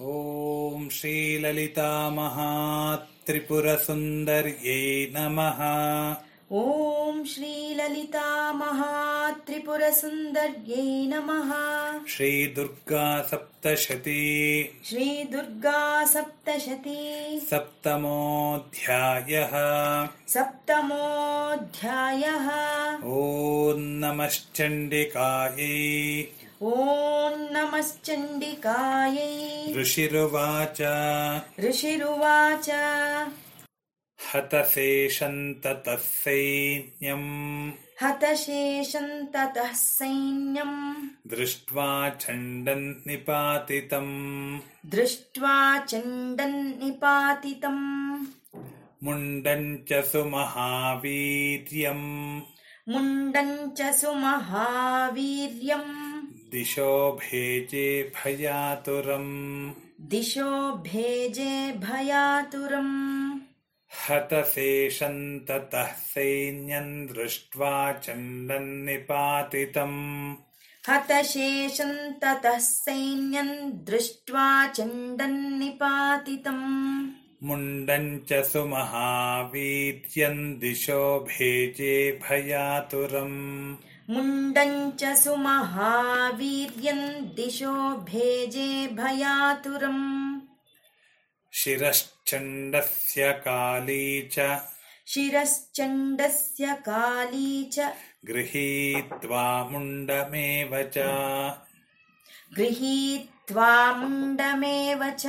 ॐ श्रीललितामहात्रिपुरसुन्दर्यै नमः ॐ श्रीललितामहात्रिपुरसुन्दर्यै नमः श्रीदुर्गा सप्तशती श्रीदुर्गा सप्तशती सप्तमोऽध्यायः सप्तमोऽध्यायः ॐ नमश्चण्डिकायै ॐ नमश्चण्डिकायै ऋषिरुवाच ऋषिरुवाच हतशेषन्ततः सैन्यम् हतशेषं ततः सैन्यम् दृष्ट्वा चण्डम् निपातितम् दृष्ट्वा चण्डन् निपातितम् मुण्डम् च सुमहावीर्यम् मुण्डम् च सुमहावीर्यम् दिशो भेजे भयातुरम् दिशो भेजे भयातुरम् हतशेषन्ततः सैन्यम् दृष्ट्वा चण्डम् निपातितम् हतशेषं ततः सैन्यम् दृष्ट्वा चण्डन्निपातितम् मुण्डम् च सुमहावीर्यम् दिशो भेजे भयातुरम् मुण्डम् च सुमहावीर्यम् दिशो भेजे भयातुरम् शिरश्चण्डस्य काली च शिरश्चण्डस्य काली च गृहीत्वा मुण्डमेव च गृहीत्वा मुण्डमेव च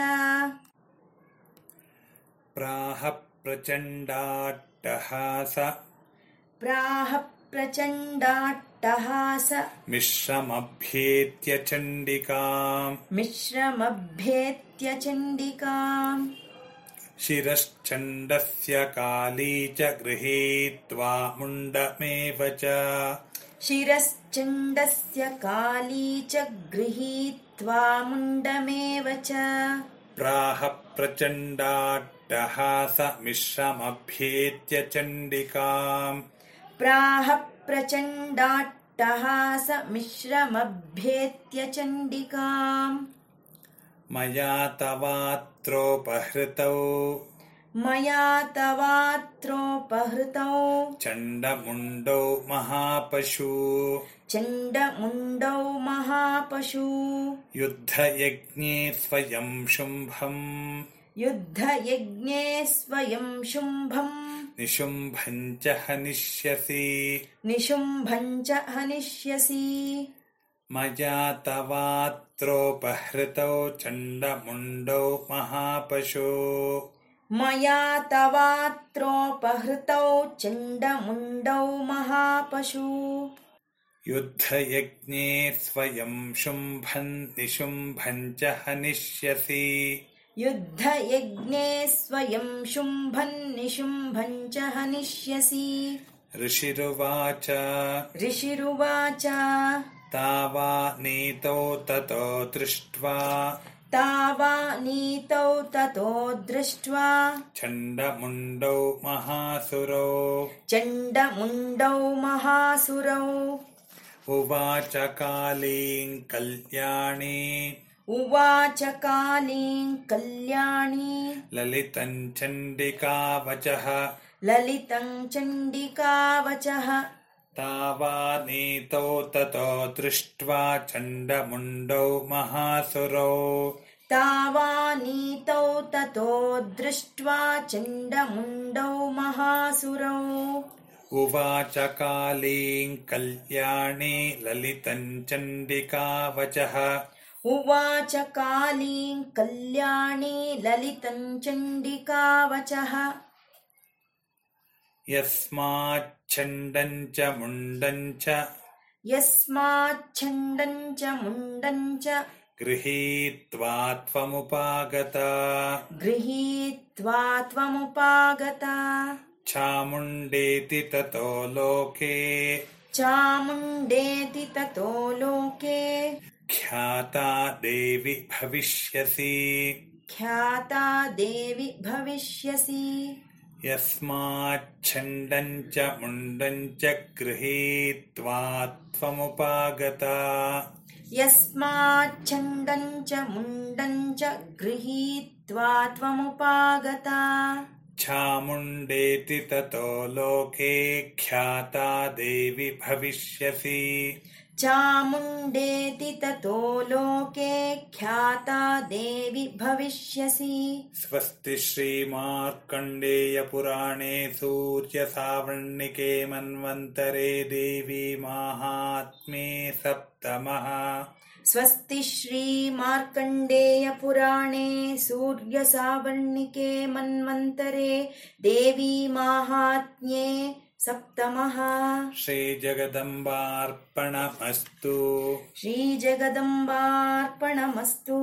प्राह प्रचण्डाट्टहास प्राह प्रचण्डाट्टहास मिश्रमभ्येत्य चण्डिकाम् मिश्रमभ्येत्य चण्डिकाम् शिरश्चण्डस्य काली च गृहीत्वा मुण्डमेव च शिरश्चण्डस्य काली च गृहीत्वा मुण्डमेव च प्राह प्रचण्डाट्टहास मिश्रमभ्येत्य चण्डिकाम् प्राह प्रचण्डाट्टहास मिश्रमभ्येत्य चण्डिकाम् मया तवात्रोपहृतौ मया तवात्रोपहृतौ चण्डमुण्डौ महापशु चण्डमुण्डौ महापशु युद्धयज्ञे स्वयं शुम्भम् युद्धयज्ञे स्वयं शुम्भम् निशुम्भम् च हनिष्यसि निशुम्भम् च हनिष्यसि मया तवात्रोपहृतौ चण्डमुण्डौ महापशु मया तवात्रोपहृतौ चण्डमुण्डौ महापशु युद्धयज्ञे स्वयं शुम्भम् निशुम्भम् च हनिष्यसि युद्धयज्ञे स्वयं शुम्भन् निशुम्भम् च हनिष्यसि ऋषिरुवाच ऋषिरुवाच तावा नीतौ ततो दृष्ट्वा तावा नीतौ ततो दृष्ट्वा चण्डमुण्डौ महासुरौ चण्डमुण्डौ महासुरौ उवाच कालीं कल्याणी उवाच कालीं कल्याणी ललितं चण्डिकावचः ललितं चण्डिकावचः तावा नीतौ ततो दृष्ट्वा चण्डमुण्डौ महासुरौ तावानीतौ ततो दृष्ट्वा चण्डमुण्डौ महासुरौ उवाच कालीं कल्याणी ललितं चण्डिकावचः उवाच कालीं कल्याणी ललितं चण्डिकावचः यस्माच्छण्डं च मुण्डं च यस्माच्छण्डम् च मुण्डम् च गृहीत्वा त्वमुपागता गृहीत्वा त्वमुपागता चामुण्डेति ततो लोके चामुण्डेति ततो लोके ख्याता देवि भविष्यसि ख्याता देवि भविष्यसि यस्माच्छण्डम् च मुण्डम् च गृहीत्वा त्वमुपागता यस्माच्छण्डं च मुण्डं च गृहीत्वा त्वमुपागता छामुण्डेति ततो लोके ख्याता देवि भविष्यसि चामुण्डेति ततो लोके ख्याता देवि भविष्यसि स्वस्ति श्रीमार्कण्डेयपुराणे सूर्यसावर्णिके मन्वन्तरे देवी माहात्म्ये सप्तमः स्वस्ति श्रीमार्कण्डेयपुराणे सूर्यसावर्णिके मन्वन्तरे देवीमाहात्म्ये सप्तमः श्रीजगदम्बार्पणमस्तु श्रीजगदम्बार्पणमस्तु